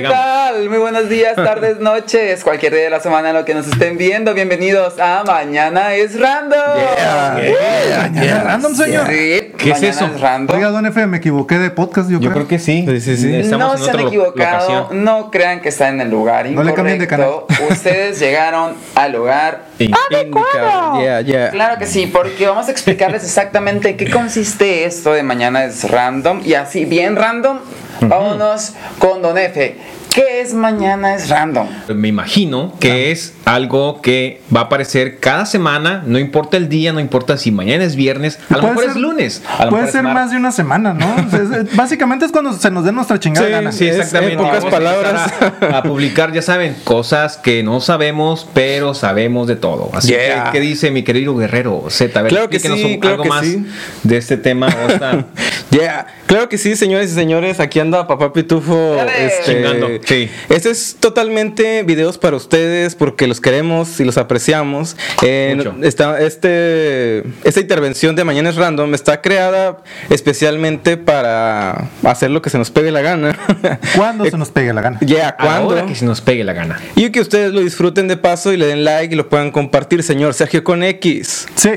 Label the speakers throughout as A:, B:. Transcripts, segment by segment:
A: tal? Muy buenos días, tardes, noches, cualquier día de la semana en lo que nos estén viendo. Bienvenidos a Mañana es Random.
B: Yeah, yeah,
C: Mañana
B: yeah.
C: es random, señor.
A: Sí,
B: ¿Qué es
A: Mañana
B: eso?
A: random.
D: Oiga, don Efe, me equivoqué de podcast, yo,
C: Yo creo que sí.
B: Sí, sí, sí.
C: Estamos
A: no
C: en
A: se han
C: otra lo-
A: equivocado,
C: locación.
A: no crean que están en el lugar
D: No
A: incorrecto.
D: le cambien de
A: Ustedes llegaron al lugar
B: Indicado. Yeah, yeah.
A: Claro que sí, porque vamos a explicarles exactamente qué consiste esto de mañana es random y así bien random. Vámonos con Don Efe. ¿Qué es mañana es random?
C: Me imagino que es algo que va a aparecer cada semana, no importa el día, no importa si mañana es viernes, a lo
D: Puede
C: mejor es
D: ser-
C: lunes, a lo mejor
D: Puede
C: es
D: ser
C: martes.
D: más de una semana, ¿no? O sea, es- es- básicamente es cuando se nos dé nuestra chingada gana.
C: Sí,
B: es-
C: exactamente.
B: en pocas
C: Vamos a empezar
B: palabras.
C: A, a publicar, ya saben, cosas que no sabemos, pero sabemos de todo. Así
B: Yeah.
C: que, ¿qué dice mi querido guerrero Z? A ver,
B: Claro que
C: explíquenos
B: sí, claro
C: algo
B: que
C: más
B: sí.
C: de este tema. o esta-
B: Yeah. Claro que sí, señores y señores. Aquí anda Papá Pitufo.
A: Dale.
B: Este,
C: Chingando, sí.
B: Este es totalmente videos para ustedes porque los queremos y los apreciamos. Eh,
C: Mucho.
B: está, este, esta intervención de Mañana es Random está creada especialmente para hacer lo que se nos pegue la gana.
D: Cuando
C: Eh,
D: se nos pegue la gana.
B: Ya,
C: a la
B: ¿cuándo?
C: hora que se nos pegue la gana.
B: Y que ustedes lo disfruten de paso y le den like y lo puedan compartir, señor Sergio con X.
D: Sí.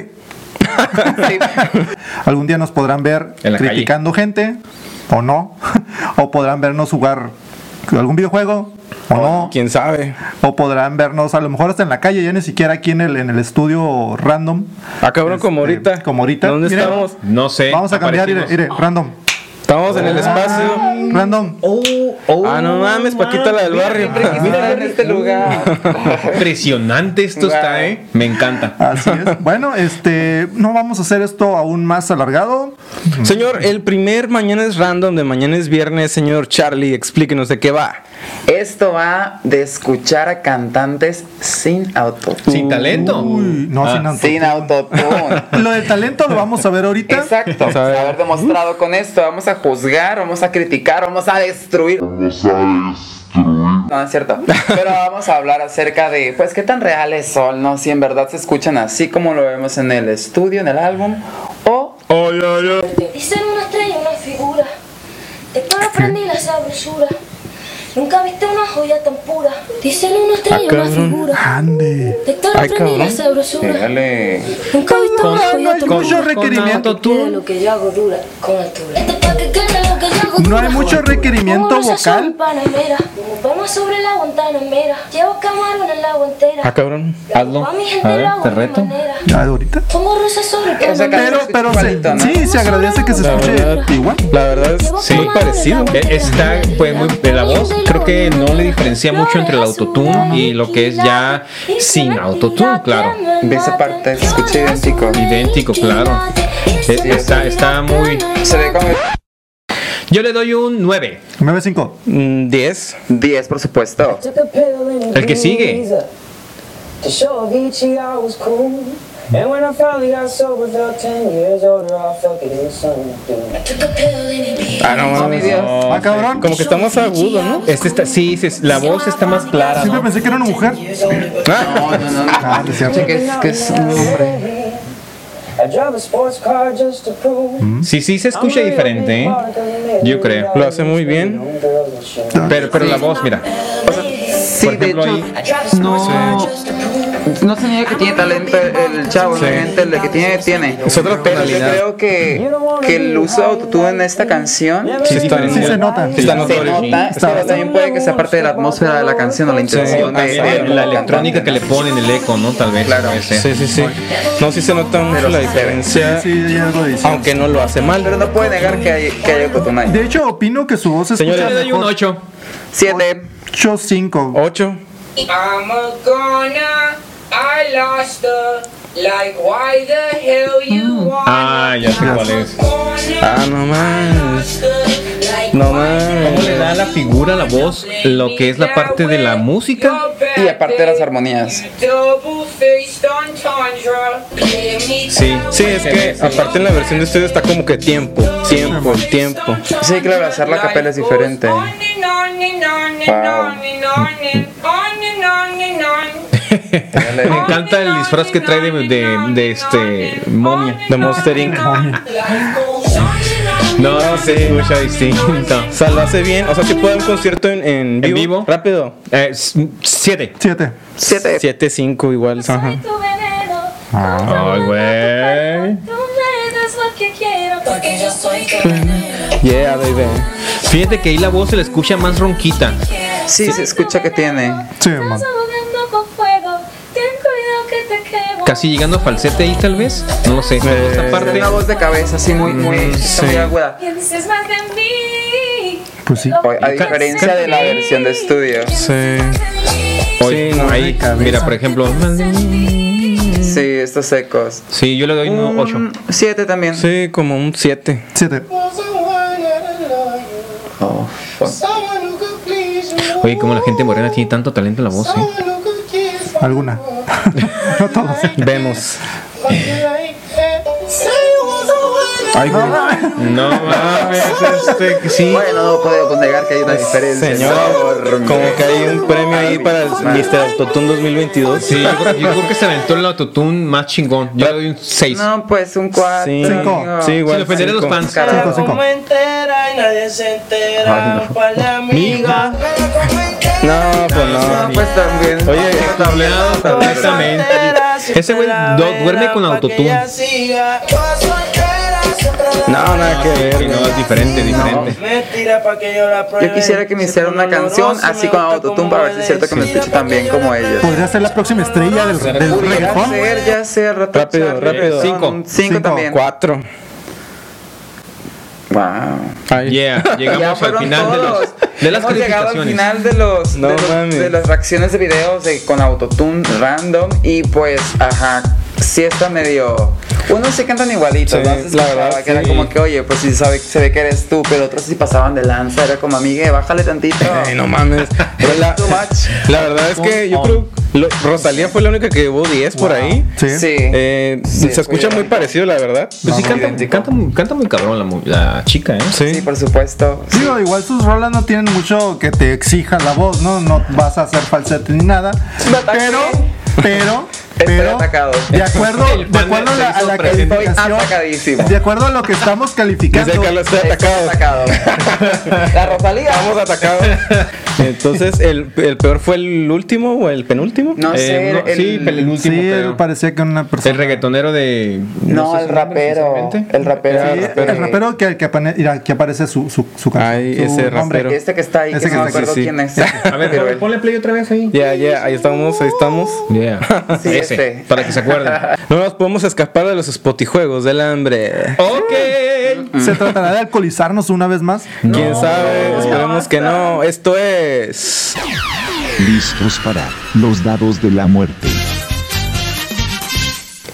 A: Sí.
D: Algún día nos podrán ver
C: En la calle.
D: criticando gente, o no. o podrán vernos jugar algún videojuego, o no.
B: ¿Quién sabe?
D: O podrán vernos a lo mejor hasta en la calle, ya ni siquiera aquí en el, en el estudio random.
B: Ah, cabrón, como
D: Este,
B: ahorita.
D: como ahorita.
B: ¿Dónde
D: Mira.
B: estamos?
C: No sé.
D: Vamos a cambiar, mire,
C: aparecimos.
D: mire, random.
B: Estamos en el espacio.
D: Ah, Random.
C: Oh, oh,
B: Ah, no mames, Paquita, la del
C: mira,
B: barrio.
C: mira,
A: Aquí
C: mira,
A: está en este lugar.
C: Impresionante esto
A: Wow.
C: está, ¿eh? Me encanta.
D: Así es. Bueno, este, no vamos a hacer esto aún más alargado.
B: Señor, el primer mañana es random de mañana es viernes, señor Charlie, explíquenos de qué va.
A: Esto va de escuchar a cantantes sin auto.
C: Sin talento.
D: Uy, no,
C: Ah,
D: sin auto.
A: Sin autotune.
D: Lo del talento lo vamos a ver ahorita.
A: Exacto.
B: A ver.
A: Haber demostrado con esto, vamos a juzgar, vamos a criticar, vamos a destruir. No, es cierto. Pero vamos a hablar acerca de, pues, qué tan reales son, ¿no? Si en verdad se escuchan así como lo vemos en el estudio, en el álbum, o
E: Dicen una estrella una figura, después aprendí la sabrosura. Nunca viste una joya tan pura. Dicen una estrella una
B: cabrón.
E: figura,
D: Ande.
E: después
B: Ay,
E: aprendí la
B: cabrón.
E: sabrosura.
A: Dale.
E: Nunca viste una
D: No
E: joya
D: hay
E: tan
D: mucho
E: pura.
D: requerimiento.
E: Queda lo que yo hago dura con altura. Este pa' que quede lo que yo hago
D: No
E: dura
D: hay
E: con
D: mucho
E: altura.
D: requerimiento
E: Como brisa
D: vocal.
E: sobre Panamera, como palma sobre la guantanamera. Llevo camarón en la guantera.
B: Ah, cabrón.
C: Hazlo.
E: Pa' mi gente
C: A ver,
E: lo hago
C: te
E: a mi
C: reto.
E: manera.
D: Ya, ahorita.
E: Pongo rosas sobre el
A: Esa
E: panamera.
D: Pero, pero se-
A: Igualito, ¿no?
D: sí, se agradece que se
E: La
D: escuche
E: verdad.
D: igual.
B: La verdad es
C: Sí.
B: muy parecido.
C: Eh, Está pues muy de la voz, creo que no le diferencia mucho entre el autotune y lo que es ya sin autotune, claro.
A: De esa parte se escucha idéntico.
C: Idéntico, claro. Eh, Está, está muy.
A: Se ve como
C: Yo le doy un 9.
D: 9-5.
B: Mm, 10.
A: 10, por supuesto.
C: El que sigue.
F: To show Avicii I was cool. And when I finally got sober, felt 10 years older, I felt it was something to do.
B: Ah, no
A: Oh, mi
B: mames.
A: Dios.
D: Ah, cabrón.
B: Como que está más agudo, ¿no?
C: Este está, sí, sí, la voz está más clara.
D: Siempre
C: ¿no?
D: pensé que era una mujer.
A: No, no, no. no.
D: Ah, es cierto.
A: Che, que es, que es un hombre.
F: I drive a sports car just to prove.
C: Sí, sí, se escucha diferente, ¿eh? Mm-hmm. Yo creo.
B: Lo hace muy bien.
C: Pero, pero la voz, mira.
A: Sí,
C: Por ejemplo,
A: de
C: ahí.
A: hecho, no, no se niega que tiene talento el, el chavo, realmente el que tiene, tiene.
B: Es otra
A: Pero yo
B: tonalidad.
A: creo que, que el uso de autotune en esta canción
B: Sí, está-
D: Sí se nota.
B: Sí, está
A: se
B: notorio.
A: nota, pero también puede que sea parte de la atmósfera de la canción o la intención de,
C: También
A: de-
C: la electrónica que le ponen el eco, ¿no? Tal vez.
A: Claro.
C: puede ser.
B: Sí, sí, sí. No, sí se nota mucho
A: Pero
B: la
A: sí se ve.
B: diferencia,
D: Sí, hay algo de
A: Ah.
D: eso.
B: aunque no lo hace
A: Pero
B: mal.
A: no puede negar que hay, que hay autotune ahí.
D: De hecho, opino que su voz es
C: Yo
B: Señores,
C: le doy un 8.
A: Siete.
D: 8-5.
B: 8.
F: I'm a goner, I lost her. Like, why the hell you want
C: Ah, ya sé cuál es.
B: Ah, no mames. No
C: ¿Cómo
B: mames.
C: le da a la figura, a la voz, lo que es la parte de la música?
A: Y aparte de las armonías.
C: Sí,
B: Sí, es que aparte en la versión de ustedes está como que tiempo, tiempo, tiempo.
A: Sí, claro, hacerlo a capela es diferente.
C: Me encanta el disfraz que trae de, de- de este momia.
B: De Monster Inc.
C: No, no sé, mucho distinto.
B: O sea, lo hace bien. O sea, si puede dar un concierto en, en vivo.
C: vivo?
B: Rápido.
C: Eh, s- siete.
D: Siete.
A: 7.
B: 7-5 igual.
C: Ah.
E: Soy
B: Ajá.
E: tu veneno.
C: Ay, güey.
E: Tú me das lo que quiero porque yo soy tu
B: Yeah, baby.
C: Fíjate que ahí la voz se le escucha más ronquita.
A: Sí, se escucha que tiene.
D: Sí, man.
E: Estás jugando con fuego. Ten cuidado que te quemo.
C: Casi llegando a falsete ahí, tal vez. No lo sé. Esta parte.
A: Una voz de cabeza así muy, muy, muy aguda.
E: Pienses más de mí.
D: Pues sí.
A: O- A diferencia de la versión de estudio.
B: Sí.
C: Hoy,
B: Sí, no,
C: ahí,
B: de cabeza.
C: mira, por ejemplo.
A: Sí, estos secos.
C: Sí, yo le doy un 8.
A: 7 también.
B: Sí, como un 7.
D: Siete.
A: Oh, fuck.
C: Oye, como la gente morena tiene tanto talento en la voz, ¿eh?
D: Alguna. no todos.
B: Vemos.
D: Ay, güey.
C: No mames, este, que sí.
A: Bueno, no puedo negar que hay una diferencia.
B: Señor,
A: enorme.
B: como que hay un premio ahí para el Mr. Autotune 2022.
C: Sí, yo creo, yo creo que se aventó el autotune más chingón. Yo le doy un 6.
A: No, pues un 4.
B: Sí.
D: Cinco.
B: Sí, igual.
C: Sin ofender a los
B: cinco.
C: fans.
D: Cinco, cinco.
G: Como entera y nadie se entera.
A: Ay, no.
G: ¿Cuál amiga?
B: No, pues
A: No,
B: no.
A: pues también.
B: Oye,
C: Cableado perfectamente. Ese güey do- duerme con autotune.
B: No, nada que
C: Sí,
B: ver.
C: no,
B: güey.
C: es diferente, diferente.
A: Yo quisiera que me hiciera una canción así con autotune para ver si es cierto que me escuche tan bien como ellos.
D: Podría ser la próxima estrella del, del
A: Podría
D: reggaetón.
A: ser, ya sea rato
B: Rápido,
A: Charlie.
B: rápido.
A: Son
C: Cinco.
A: Cinco
D: Cinco,
A: también.
B: Cuatro.
A: Wow.
B: Ay.
C: Yeah,
A: Ya
C: llegamos al
A: fueron
C: final de, los,
A: todos.
C: de las
A: Hemos llegado al
C: calificaciones.
A: final de los,
B: No
A: de, los-
B: mames.
A: de las reacciones de videos de- con autotune random y pues ajá sí está medio uno sí cantan igualitos
B: Sí,
A: ¿no? Se
B: la
A: escuchaba
B: verdad,
A: que era
B: sí.
A: como que oye pues sí sabe se ve que eres tú pero otros sí pasaban de lanza era como amigue bájale tantito
B: Ay, no mames. Pues la,
A: Too much.
B: la verdad es que yo creo. lo- Rosalía fue la única que llevó 10 por ahí.
D: Sí.
A: sí
B: Eh,
A: Sí,
B: se escucha
A: fue
B: muy parecido, la verdad.
C: Pues sí,
A: No,
C: canta,
A: idéntico.
C: canta, muy- canta muy cabrón la, mu- la chica, ¿eh?
A: sí por supuesto
D: Digo, igual sus rolas no tienen mucho que te exija la voz, ¿no? No vas a hacer falsete ni nada.
A: Me ataqué.
D: Pero, pero,
A: Estoy
D: pero.
A: atacado.
D: De acuerdo,
C: El
D: de
C: pan
D: acuerdo a
C: se
D: la,
C: hizo
D: a la
C: presente.
D: calificación.
A: Estoy atacadísimo.
D: De acuerdo a lo que estamos calificando.
B: Dice Carlos, estoy atacado.
A: atacado la Rosalía
B: Estamos atacados. Entonces, el, el peor fue el último o el penúltimo.
A: no
C: Eh,
A: sé
C: no,
A: el-
C: sí, el último.
D: Sí, él
C: creo.
D: parecía que una
C: El
D: persona.
C: reggaetonero de.
A: no,
C: sé
A: el
C: su nombre,
A: rapero
C: sinceramente.
A: el rapero
D: Sí, el rapero que, que, apane- mira, que aparece su, su, su canción.
B: Ay,
D: su
B: ese
D: nombre.
B: rapero.
A: este que está ahí
D: Ese
A: que
D: que
A: no me
D: está aquí,
A: acuerdo
B: sí.
A: quién es
C: A ver,
A: pero
C: ponle,
A: él-
C: ponle play otra vez ahí.
B: Ya, ya, ahí estamos, ahí estamos.
C: Yeah.
A: Sí,
C: Ese,
A: este.
C: para que se acuerden.
B: No nos podemos escapar de los spotijuegos del hambre.
C: ok.
D: ¿Se tratará de alcoholizarnos una vez más?
B: ¿Quién sabe? Esperemos que no. Esto es.
H: Listos para los dados de la muerte.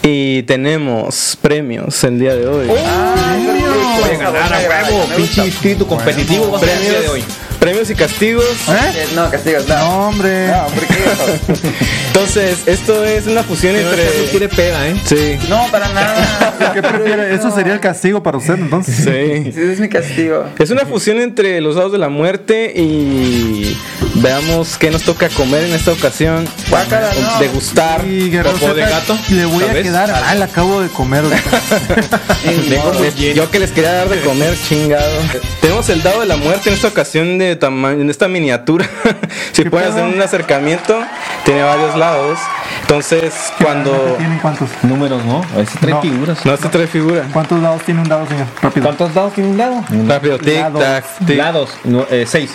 B: Y tenemos premios el día de hoy.
C: Voy a ganar a huevo. Pinche espíritu competitivo va a ser el día de hoy. Ah.
B: Premios y castigos.
D: ¿Eh?
A: No, castigos, no.
D: No, hombre.
A: No, ¿por qué eso?
B: Entonces, esto es una fusión entre.
C: Pero quiere pega, ¿eh?
B: Sí,
A: No, para nada.
D: ¿Qué prefiere? Eso sería el castigo para usted, entonces.
B: sí.
A: Ese es mi castigo.
B: Es una fusión entre los dados de la muerte y veamos qué nos toca comer en esta ocasión. Eh,
A: Guácala, no.
B: Degustar.
D: Y Guerrero
C: Popó de
D: Zeta,
C: gato,
D: Le voy
C: tal
D: a
C: vez.
D: quedar mal, acabo de comer. ahorita.
B: Tengo- les- yo que les quería dar de comer, chingado. Tenemos el dado de la muerte en esta ocasión de tama- en esta miniatura. si
D: ¿Qué
B: pueden
D: pedo?
B: hacer un acercamiento, tiene varios lados. Entonces, cuando
D: ¿Tienen cuántos?
C: Números, ¿no? A veces trae
D: No.
C: figuras.
B: no se trae figura.
D: ¿Cuántos dados tiene un dado, señor? Rápido.
C: ¿Cuántos dados tiene un dado?
B: Rápido, tic tac, tic.
C: Lados, no, eh, seis.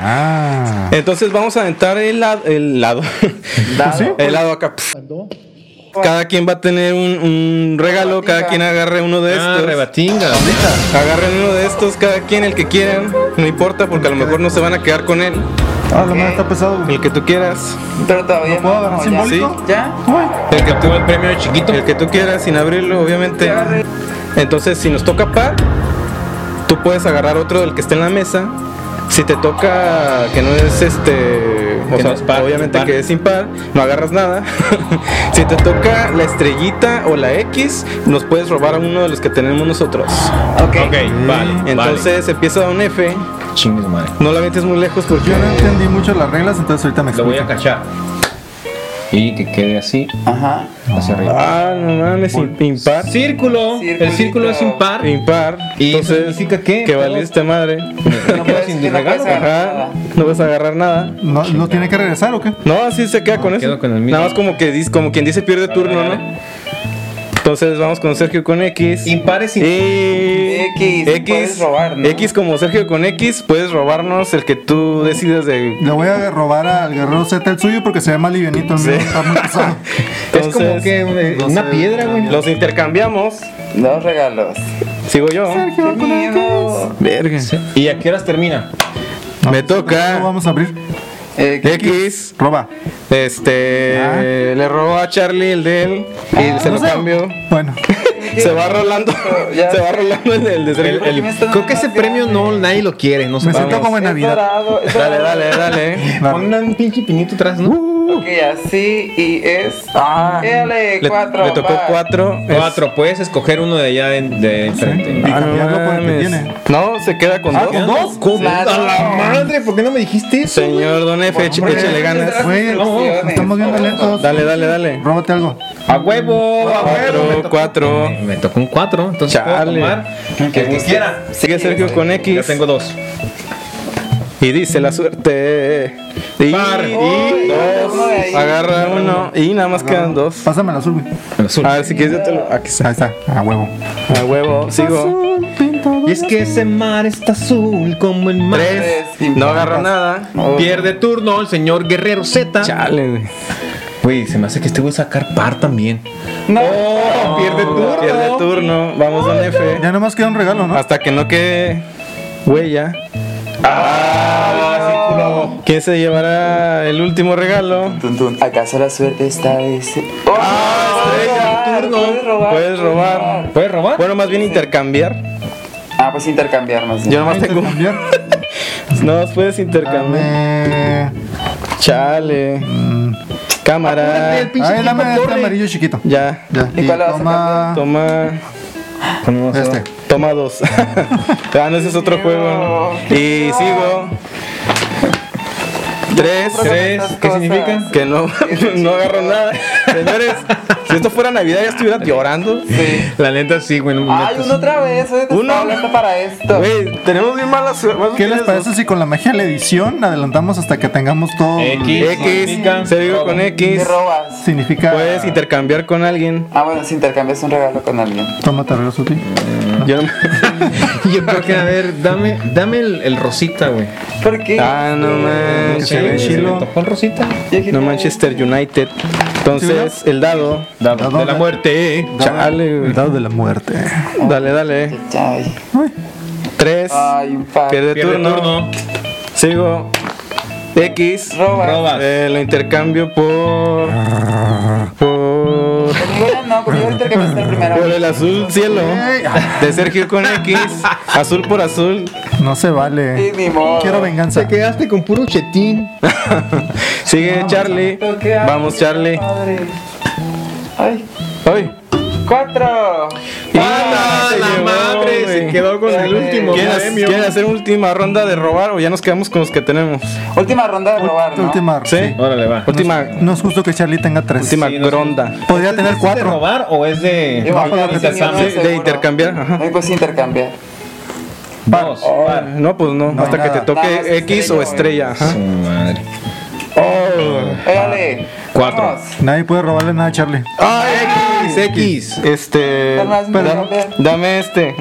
D: Ah.
B: Entonces vamos a aventar el, la- el lado. El lado acá. Cada quien va a tener un, un regalo, cada quien agarre uno de
C: Ah,
B: estos.
C: rebatinga.
B: Agarren uno de estos, cada quien el que quieran. No importa porque a lo mejor no se van a quedar con él.
D: Ah, lo malo está pesado. güey.
B: El que tú quieras.
A: Pero todavía
D: ¿Lo puedo agarrar
A: ya.
D: simbólico?
A: ¿Ya?
D: Uy.
B: El que tú,
C: Tuvo el premio de chiquito.
B: el que tú quieras sin abrirlo, obviamente. Entonces, si nos toca par, tú puedes agarrar otro del que esté en la mesa. Si te toca que no es este, o
C: Que
B: sea,
C: no es par,
B: obviamente
C: impar.
B: que es impar, no agarras nada. si te toca la estrellita o la X, nos puedes robar a uno de los que tenemos nosotros.
A: Ok.
C: Ok, vale.
B: Entonces empieza a un F,
C: vale. chingues madre.
B: no la metes muy lejos porque
D: Yo no entendí mucho las reglas, entonces ahorita me
C: Lo voy a
D: explico.
C: cachar. y que quede así
A: Ajá.
C: hacia arriba.
B: Ah, no mames, im- impar.
C: Círculo, el círculo es impar.
B: Impar.
C: ¿Y eso
B: Entonces,
C: significa qué?
B: Que valiste madre.
C: No puedes sin
A: que no
C: regalo,
A: puedes
B: Ajá. No vas a agarrar nada.
D: ¿No, ¿Lo tiene que regresar o qué?
B: No, así se queda con
C: quedo
B: eso.
C: con el mismo.
B: Nada más como que dice, como quien dice pierde turno,
C: dale.
B: ¿no? Entonces vamos con Sergio con X.
C: Impar es impar.
B: Y-
A: X, puedes robar, ¿no?
B: X como Sergio con X, puedes robarnos el que tú decidas de.
D: Le voy a robar al guerrero Z el suyo porque se ve más livianito. El mío está muy pesado.
C: es como
B: Entonces,
C: que eh,
D: no
C: una
D: sé,
C: piedra, güey.
B: Los intercambiamos.
A: Dos regalos.
B: Sigo yo.
A: Qué miedo.
B: Verga.
C: ¿Y a qué horas termina?
D: No,
B: Me
D: no sé
B: toca.
D: cómo vamos a abrir?
A: Eh, ¿qué-
B: X.
D: Roba.
B: Este.
D: Ah.
B: Le robó a Charlie el de él. Y se lo
D: No sé.
B: cambio.
D: Bueno,
B: Se va rolando.
A: Ya.
B: Se va rolando el, el de Sergio.
A: El- el-
C: Creo que ese premio no nadie lo quiere, no sé.
D: me siento como en
A: es
D: Navidad.
A: dorado, es
B: Dale,
A: dorado.
B: dale, dale.
D: Claro.
C: Pon un pinche pinito atrás, ¿no?
A: Ok, así y es.
D: Ah.
A: L,
B: Le,
A: cuatro.
B: le tocó
A: va.
B: cuatro. Es-
C: Cuatro, puedes escoger uno de allá de, de enfrente.
D: Y
B: Ah, no,
D: cambiarlo por el que
B: mames.
D: tiene.
B: No, se queda con
D: Ah,
B: dos.
D: ¿con dos?
B: ¿Cómo?
A: Ah,
C: ¡A la madre! ¿Por qué no me dijiste eso?
B: Señor Don F, eche-
D: Hombre,
B: échele ganas.
D: Güey,
A: Instrucciones.
D: estamos bien lentos.
B: Dale, dale, dale.
D: Róbate algo.
C: ¡A huevo! ¡A huevo!
B: Cuatro, cuatro.
C: Me tocó un cuatro, entonces puedo
B: Chale. Este,
C: tomar el que quiera.
B: Sigue Sergio con X.
C: Ya tengo dos.
B: Y dice la suerte. Y,
C: Par.
A: Uy,
B: y
A: uno de ahí.
B: dos. Agarra uno. Y nada más quedan dos.
D: Pásame el azul, güey.
C: El azul.
B: A ver si quieres, yo te lo. Aquí está.
D: Ahí está, a huevo.
B: A huevo, sigo.
C: Y es que ese mar está azul como el mar.
B: Tres. No agarró nada.
C: Pierde turno el señor Guerrero Z.
B: Oh, Chale.
C: Güey, se me hace que este voy a sacar par también.
A: No.
C: pierde turno.
B: Oh, Pierde turno. Vamos, Don F.
D: Ya nomás queda un regalo, ¿no?
B: Hasta que no quede huella. Ah, ¿Quién se llevará el último regalo?
A: Tun, tun. ¿Acaso la suerte esta vez? Oh, puedes robar, puedes robar,
B: Puedes robar.
C: ¿Puedes robar?
B: Bueno, más bien intercambiar.
A: Ah, pues intercambiarnos. ¿no?
B: Yo nomás tengo.
D: Este, Cambiar.
B: No, puedes intercambiar.
D: Dame.
B: Chale. Cámara.
D: Ay, dame este amarillo chiquito.
B: Ya.
D: Ya.
A: ¿Y cuál le vas a
D: toma
B: Toma.
D: este.
B: Toma dos. ah, no, ese es otro juego. Y sigo. Tres. Tres.
A: estas
B: ¿Qué
A: cosas.
B: significa? Que no, no agarro nada. Señores, si esto fuera Navidad ya estuviera llorando.
A: Sí.
C: La neta sí, güey. no,
A: Ay,
C: neta,
A: uno otra vez. Oye, te
B: Uno.
A: estaba hablando para esto.
B: Güey, tenemos bien mala suerte. Más
D: ¿Qué les
B: ustedes
D: parece si con la magia de la edición adelantamos hasta que tengamos todo?
C: X.
B: dos. X. Se digo con
A: Te
B: X.
A: robas.
D: Significa.
B: Puedes intercambiar con alguien.
A: Ah, bueno, si intercambias un regalo con alguien.
D: Toma tarrero sutil.
B: Yo no-
C: Yo creo que, a ver, dame, dame el, el rosita, güey.
A: ¿Por qué?
B: Ah, no
C: No
B: manches.
C: sé,
D: se ve
C: güey,
D: chilo.
C: me tocó el rosita?
A: Yo dije,
B: No
A: no.
B: Manchester United. Entonces, el dado.
C: Dado. De la muerte.
B: Chale, güey.
D: El dado de la muerte.
B: Dale, dale.
A: Ay,
B: Tres.
A: ay, un par.
B: Pierde,
C: Pierde
B: turno.
C: turno.
B: Sigo. X.
A: Roba.
C: Robas.
B: Eh, lo intercambio por. Por.
A: Bueno, no, porque yo intercambiaste el primero.
B: Por el azul cielo. De Sergio con X. Azul por azul.
D: No se
A: Sí,
D: vale.
A: ni modo.
D: Quiero venganza.
C: quedaste con puro chetín.
B: Sigue Charlie.
A: Pero qué hago,
B: Vamos, Charlie.
A: Padre. Ay,
B: Hoy.
A: cuatro.
C: ¡Ah, la madre! Se quedó con el último premio.
B: ¿Quieres hacer última ronda de robar o ya nos quedamos con los que tenemos?
A: Última ronda de robar, ¿no?
D: Última.
B: ¿Sí?
D: sí.
C: Órale, va.
B: Última,
D: No es justo que Charlie tenga tres.
B: última
C: sí, no sé.
B: ronda.
D: Podría tener
C: ¿Es de
D: cuatro.
C: robar o es de.?
A: Yo
D: No,
A: creo que
D: pues,
A: tenía
C: sí,
A: uno
B: Sí,
A: seguro.
B: de intercambiar. Ajá.
A: No, pues intercambiar.
C: Dos.
B: Ah, No, pues no.
D: No,
B: Hasta que
D: nada.
B: te toque
A: Nada más
B: X o
A: estrella,
B: estrella. Ajá.
C: Ah, Su madre.
A: Órale.
C: Cuatro.
A: Vamos.
D: Nadie puede robarle nada a Charlie.
B: Ah,
C: X, X.
B: Este.
A: Nada más me
B: Dame,
A: rompes.
B: dame este.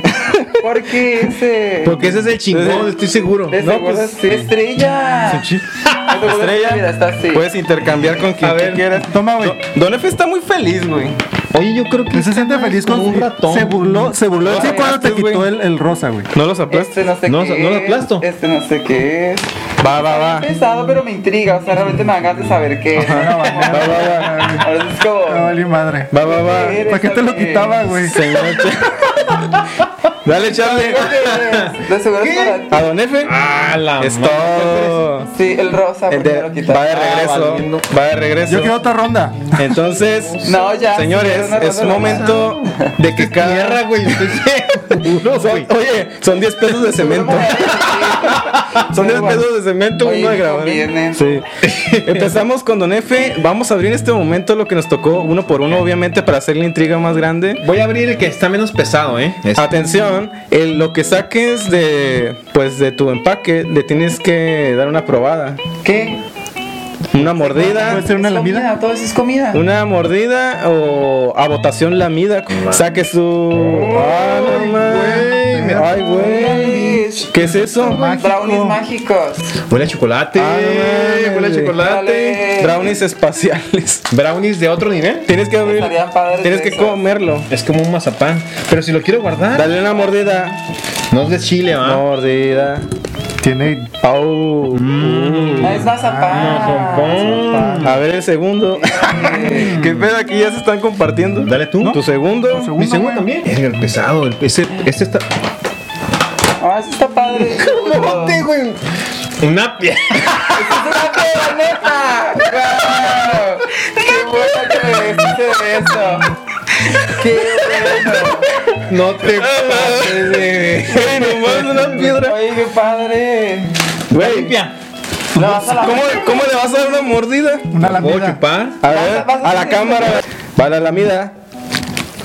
A: ¿Por qué ese?
C: Porque ese es el chingón, estoy seguro.
A: Ese
B: no,
A: gordo es
B: pues,
A: estrella. Ese gordo es
B: Estrella. Pues,
A: Mira, está así.
B: Puedes intercambiar con quien
C: A
B: tú
C: ver.
B: quieras.
D: Toma, güey.
B: Don F está muy feliz, güey.
C: Oye, yo creo que.
D: Él se siente feliz con
C: un ratón.
D: Se burló, se burló. de ti
B: Lo
D: cuando te
B: agarraste,
D: quitó
B: güey.
D: el, el rosa, güey.
B: pues, No los aplasta.
A: Este no sé
C: No,
A: qué
C: no lo
A: es,
C: aplasto.
A: Este no sé qué es.
B: Va, va, va.
A: Pesado, pero me intriga. O sea, realmente me dan ganas de saber qué es.
D: Ah, vale, vale, vale, vale.
A: Ahora es como.
D: Ah, vale, madre.
B: Va, va, va.
A: ¿Qué eres,
D: ¿Para qué te lo
A: hombre?
D: quitaba, güey?
B: Señor Ch- Dale, Charlie.
A: De seguro es para ti.
B: ¿A don F?
C: Ah, la
B: Es
C: madre.
B: todo.
A: Sí, el rosa,
B: El
A: porque
B: de-
A: me lo quitaron.
B: va de
C: Ah,
B: regreso.
C: valiendo.
B: va de regreso.
D: Yo quiero otra ronda.
B: Entonces,
A: No, ya, sí,
B: señores,
A: una
B: es
A: ronda
B: momento de que cada.
C: Tierra, güey. estoy seguro,
B: Son-
C: güey.
B: oye, son 10 pesos de cemento. Son 10 pesos de cemento,
A: Oye,
B: uno
A: me
B: de grabar.
A: conviene.
B: Sí. Empezamos con Don F. Vamos a abrir en este momento lo que nos tocó uno por uno, obviamente, para hacer la intriga más grande.
C: Voy a abrir el que está menos pesado, ¿eh? Este.
B: Ah. Atención, el- lo que saques de pues de tu empaque, le tienes que dar una probada.
A: ¿Qué?
B: Una mordida.
D: Puede ser una
A: Es
D: lamida.
A: Todo eso es comida.
B: Una mordida o a votación lamida. Saque su. ¡Ah, no mames!
D: mira.
B: ¡Ay, güey! ¿Qué es eso?
A: Brownies mágicos.
C: Huele a chocolate.
B: Ah, no mames,
C: huele a
B: güey.
C: chocolate.
A: Dale.
B: Brownies espaciales.
C: Brownies de otro nivel.
B: Tienes que abrir.
A: Estarían padres
B: Tienes que
A: esos.
B: comerlo.
C: Es como un mazapán. Pero si lo quiero guardar,
B: Dale una mordida.
C: no es de chile, ¿va?
B: Mordida.
D: Tiene.
B: Au.
A: Ah, es mazapán.
B: Mm. Oh. A ver el segundo. ¿Qué pedo aquí ya se están compartiendo?
C: Dale tú.
B: ¿Tu segundo?
D: segundo,
C: Mi segundo
D: güey.
C: también. Verga, El pesado, el ese, este está.
A: Ah, eso está padre. ¿Cómo te
C: güey? Una pie-
A: una peda, neta! ¡Guau! ¡Qué bueno que me vestiste de eso! ¡Qué bueno!
C: No te pases, güey.
B: Güey, nomás una piedra.
A: Oye, qué padre.
B: Güey,
A: ¿Lo vas a la
B: ¿cómo, cómo le vas a dar una mordida?
D: Una
C: ¿Puedo
D: lamida.
C: chupar?
B: A ver,
A: vas a
B: a la
A: hacer
B: cámara. Va la lamida.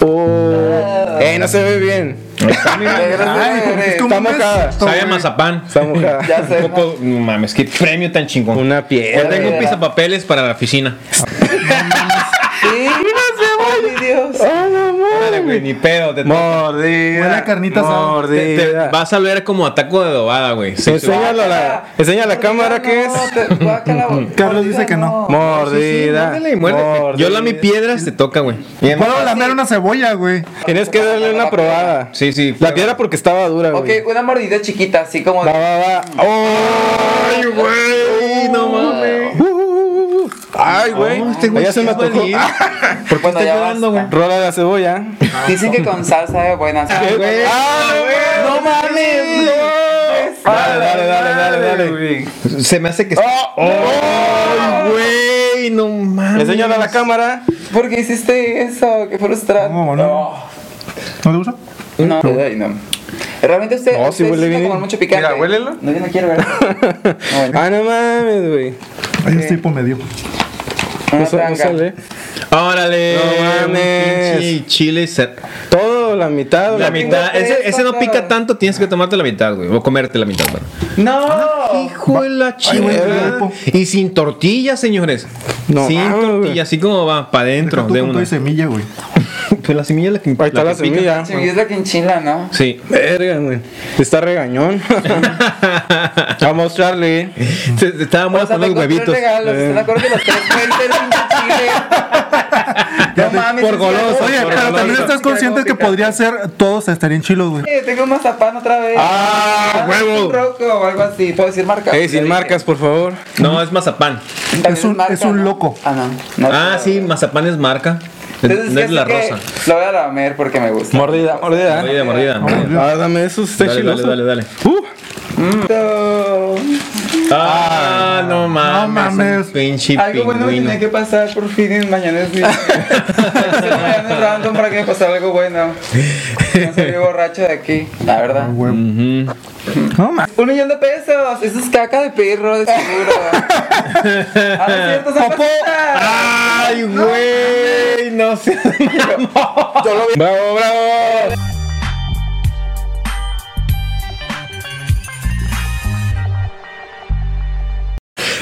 B: Oh. Eh, no se ve bien.
A: Ay,
D: ¿Cómo ves?
B: Eh, Está mojada.
C: Sabe a mazapán.
B: Está mojada.
A: Ya sé.
C: Un poco, no mames, qué premio tan chingón.
B: Una
C: Ya
B: piedra.
C: tengo un
A: Era.
C: pizapapeles para la oficina.
A: Sí. Ay, Dios.
B: Ah, no
C: Dale,
B: mames.
C: güey, ni pedo. Te,
B: Mordida.
D: Huele a carnita asada.
C: te- te-
B: Mordida.
C: vas a ver como ataco de dobada, güey.
B: Pues
C: Sí, sí.
B: Enséñalo a la, enseña a Ah, la cámara que es.
A: No, te- guácala, bo-
D: Carlos dice que no.
B: Mordida.
C: Dale, muérdete. Yo la mi piedras te toca, güey. Bien.
D: Puedo lamer una cebolla, güey.
B: Tienes que darle una probada.
C: Sí, sí.
B: La piedra porque estaba dura,
A: Ok,
B: güey.
A: una mordida chiquita, así como.
B: Va, va, va. Oh, ¡Ay, güey! No mames. Uh, Ay, güey.
C: No, este güey
B: ya se
C: sí
B: me Ah,
C: es
B: tocó.
C: valiente. ¿Por qué
A: Bueno,
C: está
A: ya
C: llorando, güey?
A: basta.
B: Rola la cebolla.
A: Dicen que con salsa de buena.
B: ¡Ah, güey! ¡No mames!
C: Dale, dale, dale, dale, dale. Se me
B: Oh,
C: hace que. ¡Ay, güey! No mames.
B: Enséñalo a la cámara.
A: "Ah, ¿Por qué hiciste eso? Qué frustrante.
D: ¿Cómo no? ¿No te gusta?
A: No, ay, no. Realmente usted.
B: No,
A: No,
B: sí
A: sí
B: huele bien.
A: Comer mucho picante.
B: Mira, huélelo.
A: No, yo no quiero verlo. No, bueno.
B: Ah, no mames, güey.
D: Hay un tipo medio.
B: No,
A: Una
B: sa- no
A: tanga.
B: sale.
C: ¡Órale!
B: No mames.
C: Pinche Chile. cer-
B: Todo, la mitad.
C: La
B: güey.
C: mitad.
A: tres,
C: Ese, ese no
A: cuatro.
C: pica tanto, tienes que tomarte la mitad, güey. O comerte la mitad, güey.
A: No.
C: Hijo de la chingada. Y sin tortilla, señores.
B: No
C: sin
B: mames,
C: tortilla,
B: güey.
C: así como va, para adentro
D: Tú
C: de
D: con todo
C: una.
D: y semilla, güey.
C: Pues la semilla es la que
B: Ahí está la
C: que pica.
B: semilla.
A: Sí, es la quinchila, ¿no?
C: Sí.
B: Verga, güey. Está regañón. Vamos, Charlie.
C: Se- se Estaba
A: O
C: buena
A: sea,
C: con los
A: tengo tres
C: huevitos.
A: regalos.
B: Eh.
A: ¿Están de acuerdo que los tres fuentes chile? No mames.
C: por
A: es cierto.
C: goloso,
D: Oye,
C: por
A: Oye,
D: pero
C: no,
D: también
C: no,
D: estás consciente que podría ser todos estarían chilos, güey.
A: Tengo un mazapán otra vez.
B: ¡Ah,
A: Un roco o algo así. Puedo decir marca.
B: Ey, sin
A: Ya
B: marcas, por favor.
C: No, es mazapán.
A: dije. También
D: Es un-
A: marca,
D: es un
A: ¿no?
D: loco.
A: Ah, no. No
C: Ah,
A: puedo.
C: sí, mazapán es marca.
A: Entonces,
C: no es
A: así
C: la
A: que
C: rosa.
A: Lo voy a lamer porque me gusta.
B: Mordida, mordida. ¿eh?
C: Mordida, mordida. mordida.
B: Ahora Ah, dame esos, está
C: Dale, dale,
B: chiloso.
C: dale, dale.
B: Uh,
C: Ah, no mames.
D: mames.
C: un Pinche
A: Algo bueno me
C: pingüino.
A: tenía que pasar por fin en mañana es mi. mañana es random para que me pasara algo bueno. No salí borracho de aquí, la verdad.
D: No mames.
A: Un millón de pesos, eso es caca de perro, de seguro. ah, no es cierto, son
C: Ah,
A: cositas.
C: Ay, güey. No sé.
B: bravo, bravo.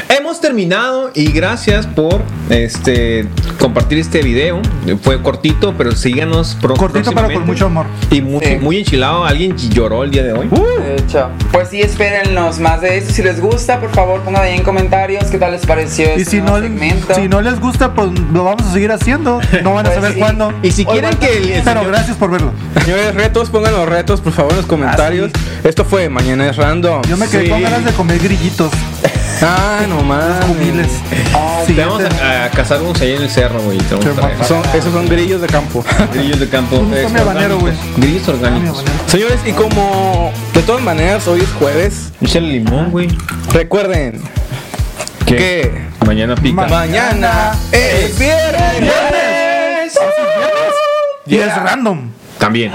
C: Hemos terminado y gracias por este compartir este video. Fue cortito, pero síganos pro-
D: Cortito, pero con
C: próximamente.
D: mucho amor.
C: y muy,
A: Sí.
C: muy enchilado. Alguien lloró el día de hoy.
A: De hecho, pues sí, espérennos más de esto. Si les gusta, por favor, pongan ahí en comentarios qué tal les pareció
D: Y
A: este
D: si
A: nuevo
D: no,
A: segmento.
D: si no les gusta, pues lo vamos a seguir haciendo. No van a
A: Pues
D: saber
A: sí.
D: cuándo.
C: y si
A: Hoy
C: quieren
A: va
C: que el, el
D: Pero
C: señor-
D: gracias por verlo.
B: Señores, retos, pongan los retos, por favor, en los comentarios. Esto fue Mañana es Random.
D: Yo me quedé
B: Sí.
D: con ganas de comer grillitos.
A: Ah, no mames.
D: Jubiles. Sí,
C: Ah, Te vamos a, a cazar unos allá en el cerro, güey. Te vamos a traer.
A: Son, esos son grillos de campo.
C: Grillos de campo. eh,
D: me habanero, güey.
C: orgánicos. Grillos orgánicos.
A: Señores, y como de todas maneras hoy es jueves,
C: Échale limón, güey.
A: recuerden
C: ¿Qué?
A: que
C: Mañana pica.
A: mañana es viernes.
D: Y es random.
C: También.